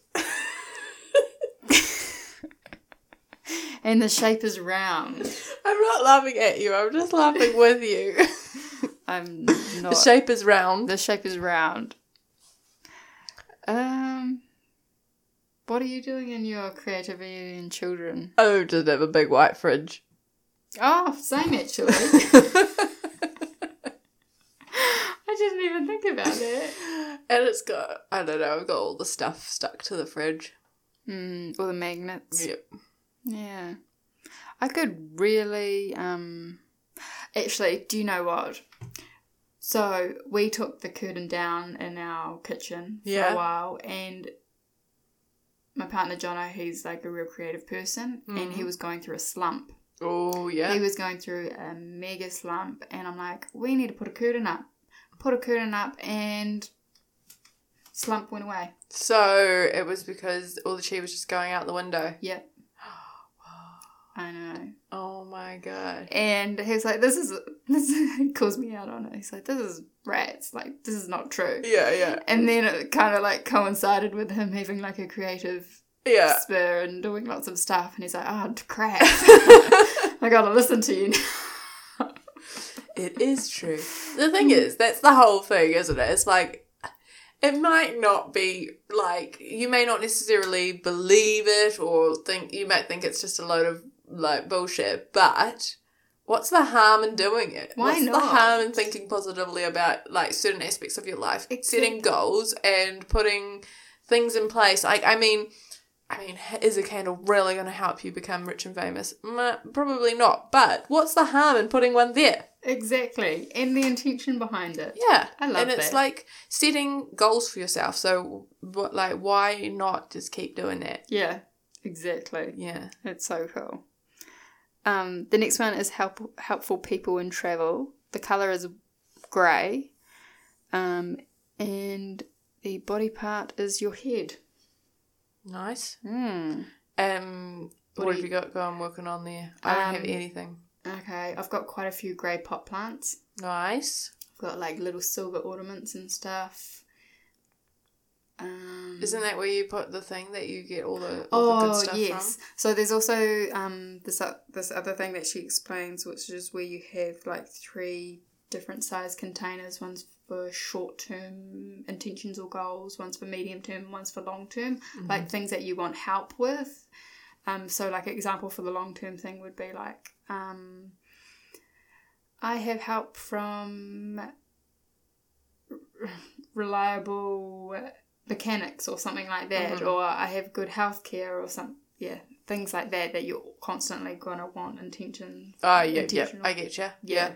and the shape is round.
I'm not laughing at you. I'm just laughing with you.
I'm
the
not.
shape is round.
The shape is round. Um, what are you doing in your creativity in children?
Oh, does it have a big white fridge?
Oh, same actually. I didn't even think about it.
And it's got, I don't know, I've got all the stuff stuck to the fridge.
Mm, or the magnets.
Yep.
Yeah. I could really. Um, actually, do you know what? So we took the curtain down in our kitchen for
Yeah.
a while, and my partner Jono, he's like a real creative person, and he
Mhm.
was going through a slump.
Oh, yeah.
He was going through a mega slump, and I'm like, we need to put a curtain up. Put a curtain up, and slump went away.
So it was because all the cheese was just going out the window.
Yep. I know.
Oh my god.
And he was like, "This is this." is-" he calls me out on it. He's like, "This is rats. Like this is not true."
Yeah, yeah,
And then it kind of like coincided with him having like a creative
yeah.
spur and doing lots of stuff. And he's like, "Oh crap! I gotta listen to you." now."
It is true. The thing
Mm.
is, that's the whole thing, isn't it? It's like it might not be like you may not necessarily believe it or think you might think it's just a load of like bullshit, but what's the harm in doing it?
Why
what's
not?
the harm in thinking positively about like certain aspects of your life, setting
Exactly.
goals and putting things in place? Like I mean, I mean, h- is a candle really going to help you become rich and famous? Mm, Probably not. But what's the harm in putting one there?
exactly. And the intention behind it.
Yeah,
I love
and it's
that.
like setting goals for yourself. So, what, like, why not just keep doing that?
Yeah. Exactly.
Yeah.
It's so cool. Um, the next one is help helpful people in travel. The color is grey, um, and the body part is your head.
Nice.
Mm.
Um, what,
What
have
do
you got going working on there? I don't have
Um,
anything.
Okay, I've got quite a few grey pot plants.
Nice.
I've got like little silver ornaments and stuff. Um,
Isn't that where you put the thing that you get all the, all the good
Oh
stuff
yes. So there's also um, this o- this other thing that she explains, which is where you have like three different size containers. One's for short term intentions or goals. One's for medium term. One's for long term.
Mm-hmm.
Like things that you want help with. Um, so like example for the long term thing would be like um, I have help from reliable mechanics or something like that,
Mhm.
or I have good health care or some yeah things like that that you're constantly gonna want intention.
Oh, yeah, yeah.
intentional
I get you.
yeah,
Yeah.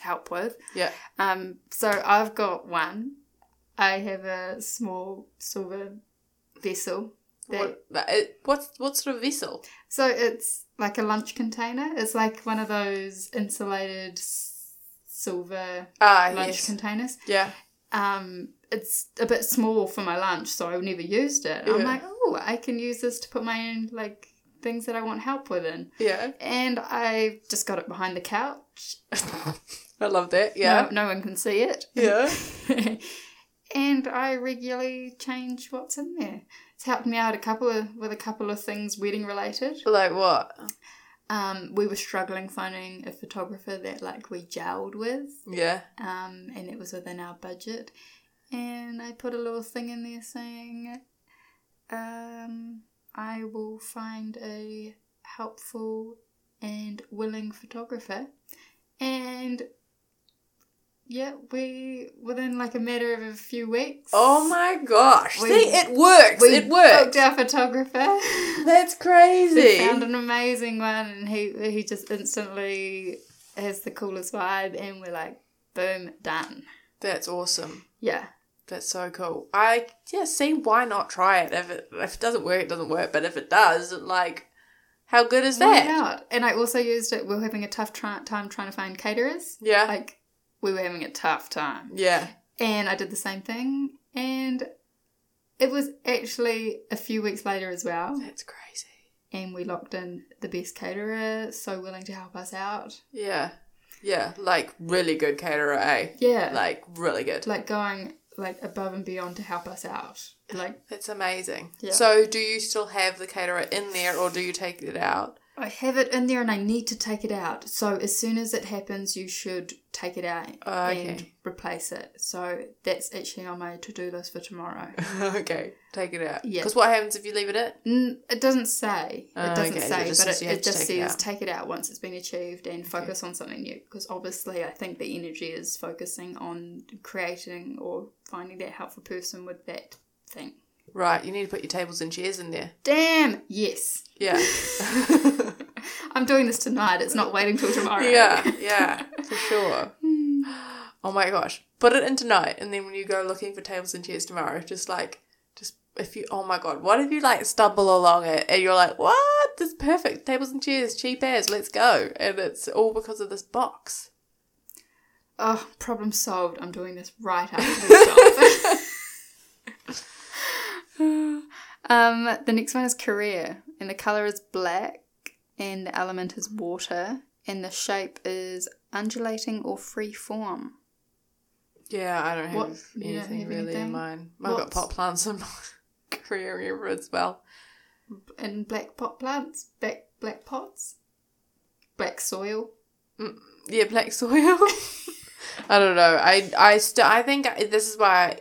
help with.
Yeah.
Um, so I've got one. I have a small silver vessel. That,
What, that- it- what's, what sort of vessel?
So it's like a lunch container. It's like one of those insulated s- silver
Ah,
lunch
yes.
containers.
yeah.
Um, it's a bit small for my lunch, so I've never used it. I'm
Yeah.
like, oh, I can use this to put my own like things that I want help with in.
Yeah.
And I just got it behind the couch.
I love that. Yeah.
No, no one can see it.
Yeah.
and I regularly change what's in there. It's helped me out a couple of with a couple of things wedding related.
Like what?
Um, we were struggling finding a photographer that like we gelled with,
Yeah.
um, and it was within our budget. And I put a little thing in there saying, um, "I will find a helpful and willing photographer," and yeah, we within like a matter of a few weeks.
Oh my gosh.
We-
See, it works.
We
it works.
booked our photographer.
That's
We
crazy.
found an amazing one, and he he just instantly has the coolest vibe, and we're like, boom, done.
That's awesome.
Yeah,
That's so cool. I yeah, see why not try it? If it if it doesn't work, it doesn't work. But if it does, like how good is
Why
that?
not? And I also used it. We were having a tough try- time trying to find caterers.
Yeah.
Like, we were having a tough time,
yeah.
and I did the same thing, and it was actually a few weeks later as well,
That's crazy.
and we locked in the best caterer, so willing to help us out.
Yeah. Yeah. Like really good caterer, eh?
Yeah,
Like really good.
like going like above and beyond to help us out, like.
That's amazing.
Yeah.
So do you still have the caterer in there or do you take it out?
I have it in there and I need to take it out. So as soon as it happens, you should take it out
Oh, okay.
and replace it. So that's actually on my to do list for tomorrow.
okay. Take it out.
Yeah.
Because what happens if you leave it in?
N- it doesn't say. It
Oh,
doesn't
okay. So
say,
it just
but
says
it,
you have
it
to
just
take it
says
out.
take it out once it's been achieved and focus on something new. Because obviously, I think the energy is focusing on creating or finding that helpful person with that thing.
Right, you need to put your tables and chairs in there.
Damn! Yes.
Yeah.
I'm doing this tonight. It's not waiting till tomorrow.
Yeah, yeah, for sure. Oh my gosh. Put it in tonight and then when you go looking for tables and chairs tomorrow, just like just if you oh my god, what if you like stumble along it and you're like, What? This is perfect. Tables and chairs, cheap as, let's go and it's all because of this box.
Oh, problem solved. I'm doing this right after this job. um, the next one is career, and the colour is black, and the element is water, and the shape is undulating or free form.
Yeah, I don't have
What- you don't
anything
have
really
anything?
in mind. I've got
What's-
pot plants in my career area as well.
And black pot plants, black, black pots, black soil.
Yeah, black soil. I don't know. I I still I think I, this is why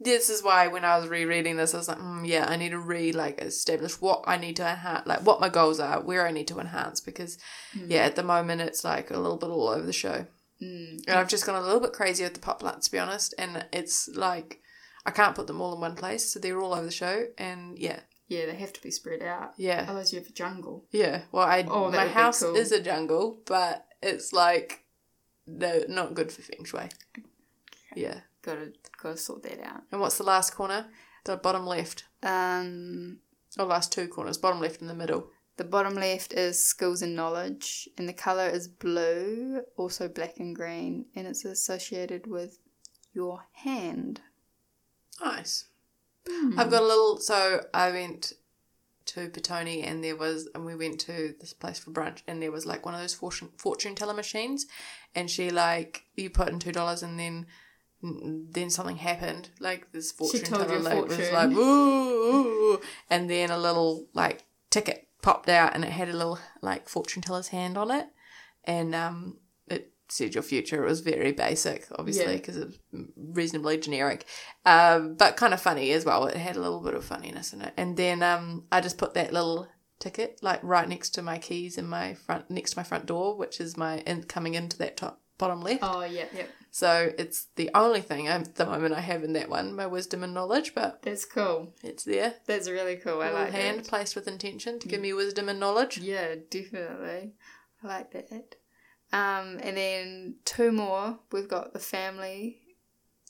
this is why when I was rereading this, I was like, mm, yeah, I need to re like establish what I need to enhance, like what my goals are, where I need to enhance, because yeah, at the moment it's like a little bit all over the show,
Mm.
and I've just gone a little bit crazy with the pop plants, to be honest, and it's like I can't put them all in one place, so they're all over the show, and yeah,
Yeah, they have to be spread out.
yeah.
Otherwise, you have a jungle.
Yeah. Well, I
Oh, that
my
would be
house
cool.
is a jungle, but it's like no, not good for feng shui. Yeah.
Gotta, gotta sort that out.
And what's the last corner? The bottom left.
Um,
Oh, last two corners. Bottom left and the middle.
The bottom left is skills and knowledge, and the colour is blue, also black and green, and it's associated with your hand.
Nice.
Hmm.
I've got a little. So I went to Petone, and there was, and we went to this place for brunch, and there was like one of those fortune fortune teller machines, and she like you put in two dollars, and then then something happened, like this fortune
told
teller
you a
like, was
fortune.
like ooh, ooh," and then a little like ticket popped out, and it had a little like fortune teller's hand on it, and um it said your future. It was very basic, obviously,
Yeah.
because it's reasonably generic, um, but kind of funny as well. It had a little bit of funniness in it. And then um, I just put that little ticket like right next to my keys in my front, next to my front door, which is my in, coming into that top bottom left.
Oh, yeah, yeah.
So it's the only thing at the moment I have in that one, my wisdom and knowledge, but
That's cool.
it's there.
That's really cool. I
Little
like
hand
that.
placed with intention to give me wisdom and knowledge.
Yeah, definitely. I like that. Um, and then two more. We've got the family.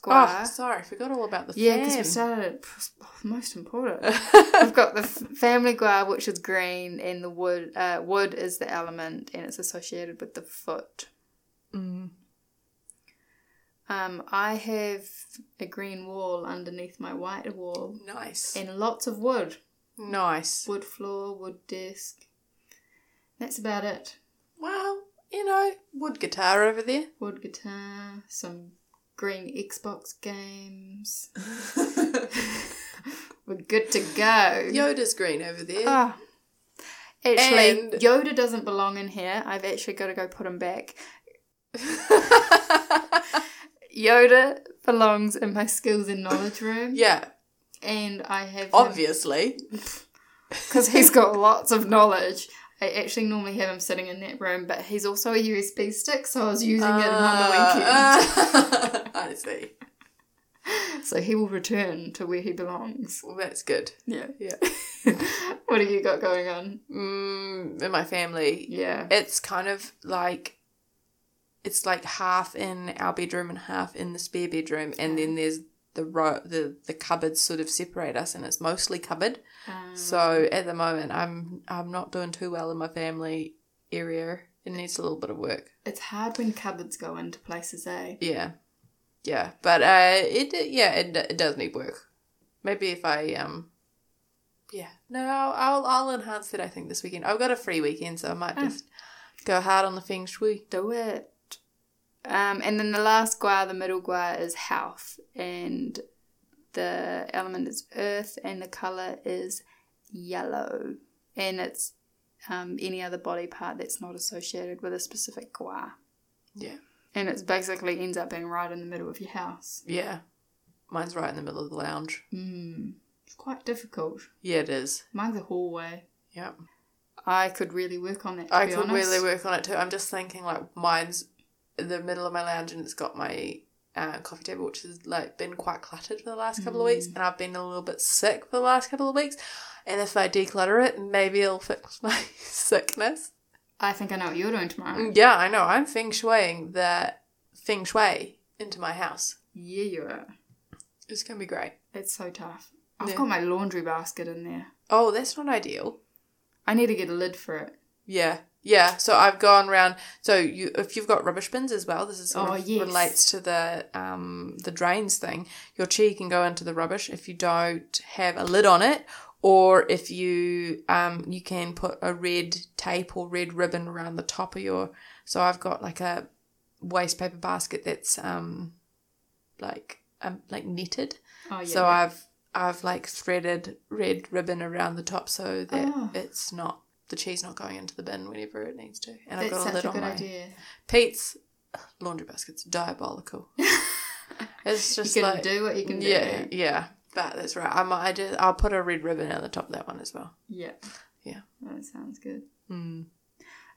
Oh,
Gua.
sorry, I forgot all about the
yeah, because we
fan.
started at oh, most important. I've got the f- family gua, which is green, and the wood. Uh, wood is the element, and it's associated with the foot.
Mm.
Um, I have a green wall underneath my white wall,
Nice.
and lots of wood.
nice.
Wood floor, wood desk. That's about it.
Well, you know, wood guitar over there.
Wood guitar, some green Xbox games. We're good to go.
Yoda's green over there.
Ah. Actually,
And-
Yoda doesn't belong in here. I've actually got to go put him back. Yoda belongs in my skills and knowledge room.
yeah,
And I have
obviously.
because he's got lots of knowledge. I actually normally have him sitting in that room, but he's also a USB stick, so I was using it on the weekend.
Ah, ah. I see.
so he will return to where he belongs.
Well, that's good.
Yeah.
Yeah.
what have you got going on?
Mm, in my family,
Yeah.
it's kind of like it's like half in our bedroom and half in the spare bedroom and then there's the ro- the the cupboards sort of separate us and it's mostly cupboard
Um,
so at the moment i'm i'm not doing too well in my family area it needs a little bit of work
it's hard when cupboards go into places, eh?
yeah yeah but uh it yeah it, it does need work maybe if i um yeah no i'll i'll enhance it i think this weekend i've got a free weekend so i might
Ah.
just go hard on the feng shui
Do it. Um, and then the last gua, the middle gua, is health, and the element is earth, and the color is yellow, and it's um, any other body part that's not associated with a specific gua,
yeah
and it's basically ends up being right in the middle of your house.
Yeah. Mine's right in the middle of the lounge.
Hmm, it's quite difficult.
Yeah, it is.
Mine's a hallway.
Yep.
I could really work on that. To
I
be
could
honest.
really work on it too. I'm just thinking, like, mine's in the middle of my lounge and it's got my uh, coffee table, which has, like, been quite cluttered for the last couple of
Mm.
weeks. And I've been a little bit sick for the last couple of weeks. And if I declutter it, maybe it'll fix my sickness. Mm,
I think I know what you're doing tomorrow.
Yeah, I know. I'm feng shuiing that feng shui into my house.
Yeah, you are.
It's going to be great.
It's so tough. I've
Yeah.
got my laundry basket in there.
Oh, that's not ideal.
I need to get a lid for it.
Yeah. Yeah. So I've gone round. So you, if you've got rubbish bins as well, this is sort
Oh,
of
yes.
relates to the um the drains thing. Your chi can go into the rubbish if you don't have a lid on it, or if you um you can put a red tape or red ribbon around the top of your. So I've got like a waste paper basket that's um like um like knitted.
Oh yeah.
So I've I've like threaded red ribbon around the top so that
Oh.
it's not the cheese not going into the bin whenever it needs to. And I've
that's
got a
such
lid
a
on
good
my
idea.
Pete's laundry basket's diabolical. it's
You
just
can
like
do what you can do.
yeah,
Yeah.
yeah. But that's right. I might I just, I'll put a red ribbon on the top of that one as well.
Yeah.
Yeah.
That sounds good.
Mm.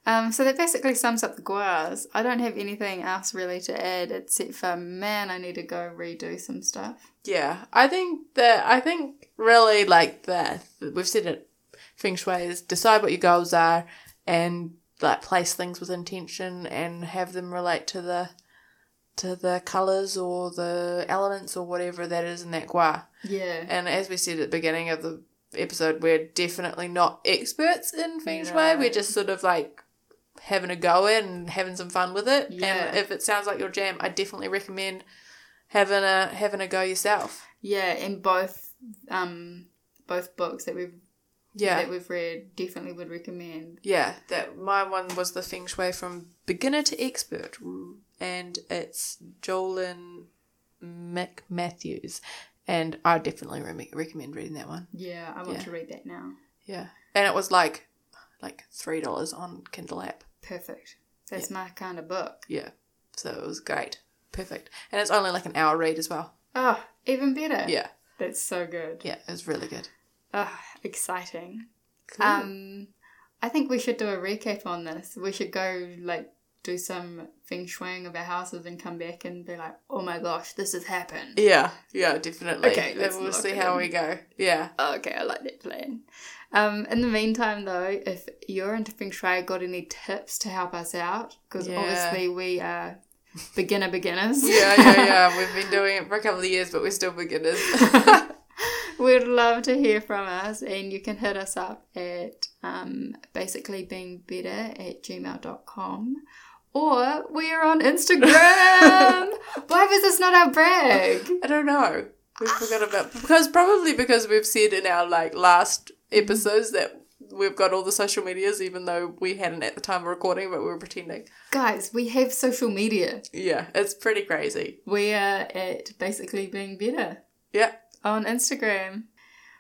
Um, so that basically sums up the guas. I don't have anything else really to add except for man, I need to go redo some stuff.
Yeah, I think that I think really like the we've said it. Feng Shui is decide what your goals are and like place things with intention and have them relate to the to the colors or the elements or whatever that is in that gua.
Yeah.
And as we said at the beginning of the episode, we're definitely not experts in Feng Shui.
No.
We're just sort of like having a go at and having some fun with it.
Yeah.
And if it sounds like your jam, I definitely recommend having a having a go yourself.
Yeah, and both um both books that we've
Yeah.
that we've read definitely would recommend.
yeah, that my one was the Feng Shui from beginner to expert, and it's Jolyn McMatthews, and I definitely re- recommend reading that one.
Yeah, I want
Yeah.
to read that now.
Yeah, and it was like like three dollars on Kindle app.
Perfect. That's my kind of book.
Yeah, so it was great, perfect, and it's only like an hour read as well.
Oh, even better.
Yeah,
That's so good.
yeah, it was really good.
Oh, exciting.
Cool.
Um, I think we should do a recap on this. We should go like do some feng shuiing of our houses and come back and be like, oh my gosh, this has happened.
Yeah, yeah, definitely.
Okay,
then
let's
we'll
lock
see
it
how
in.
we go. Yeah.
Okay, I like that plan. Um, in the meantime, though, if you're into feng shui, got any tips to help us out? Because
Yeah.
obviously we are beginner beginners.
Yeah, yeah, yeah. We've been doing it for a couple of years, but we're still beginners.
We'd love to hear from us, and you can hit us up at um, basically being better at gmail.com or we are on Instagram. Why was this not our brag?
I don't know. We forgot about because probably because we've said in our like last
Mm-hmm.
episodes that we've got all the social medias, even though we hadn't at the time of recording, but we were pretending.
Guys, we have social media.
Yeah, it's pretty crazy.
We are at basically being better
Yeah.
on Instagram.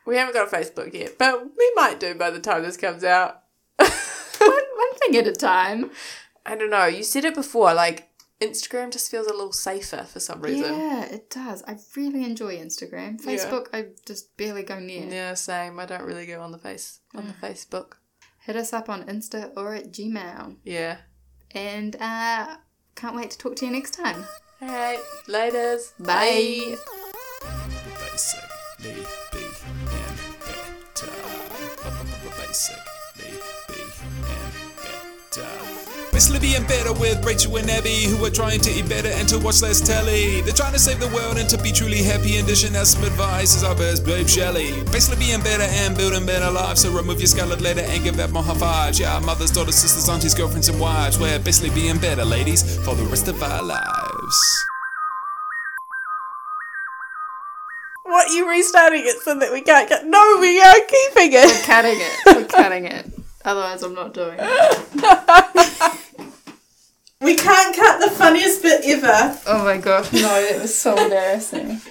We haven't got a Facebook yet, but we might do by the time this comes out.
One, one thing at a time.
I don't know. You said it before, like Instagram just feels a little safer for some reason.
Yeah, it does. I really enjoy Instagram.
Yeah.
Facebook, I just barely go
Yeah,
near.
same. I don't really go on the face on the
Mm.
Facebook.
Hit us up on Insta or at Gmail.
Yeah.
And uh, can't wait to talk to you next time.
All right. Later's.
Bye.
basically being better. Basically being better. Basically being better with Rachel and Abby, who are trying to eat better and to watch less telly. They're trying to save the world and to be truly happy and dishing out some advice as our best babe Shelley. Basically being better and building better lives, so remove your scarlet letter and give that more high fives. Yeah, our mothers, daughters, sisters, aunties, girlfriends, and wives. We're basically being better, ladies, for the rest of our lives.
What you restarting it so that we can't get? No, we are keeping it.
Cutting it. We're cutting it. Otherwise, I'm not doing it.
We can't cut the funniest bit ever.
Oh my gosh, no, that was so embarrassing.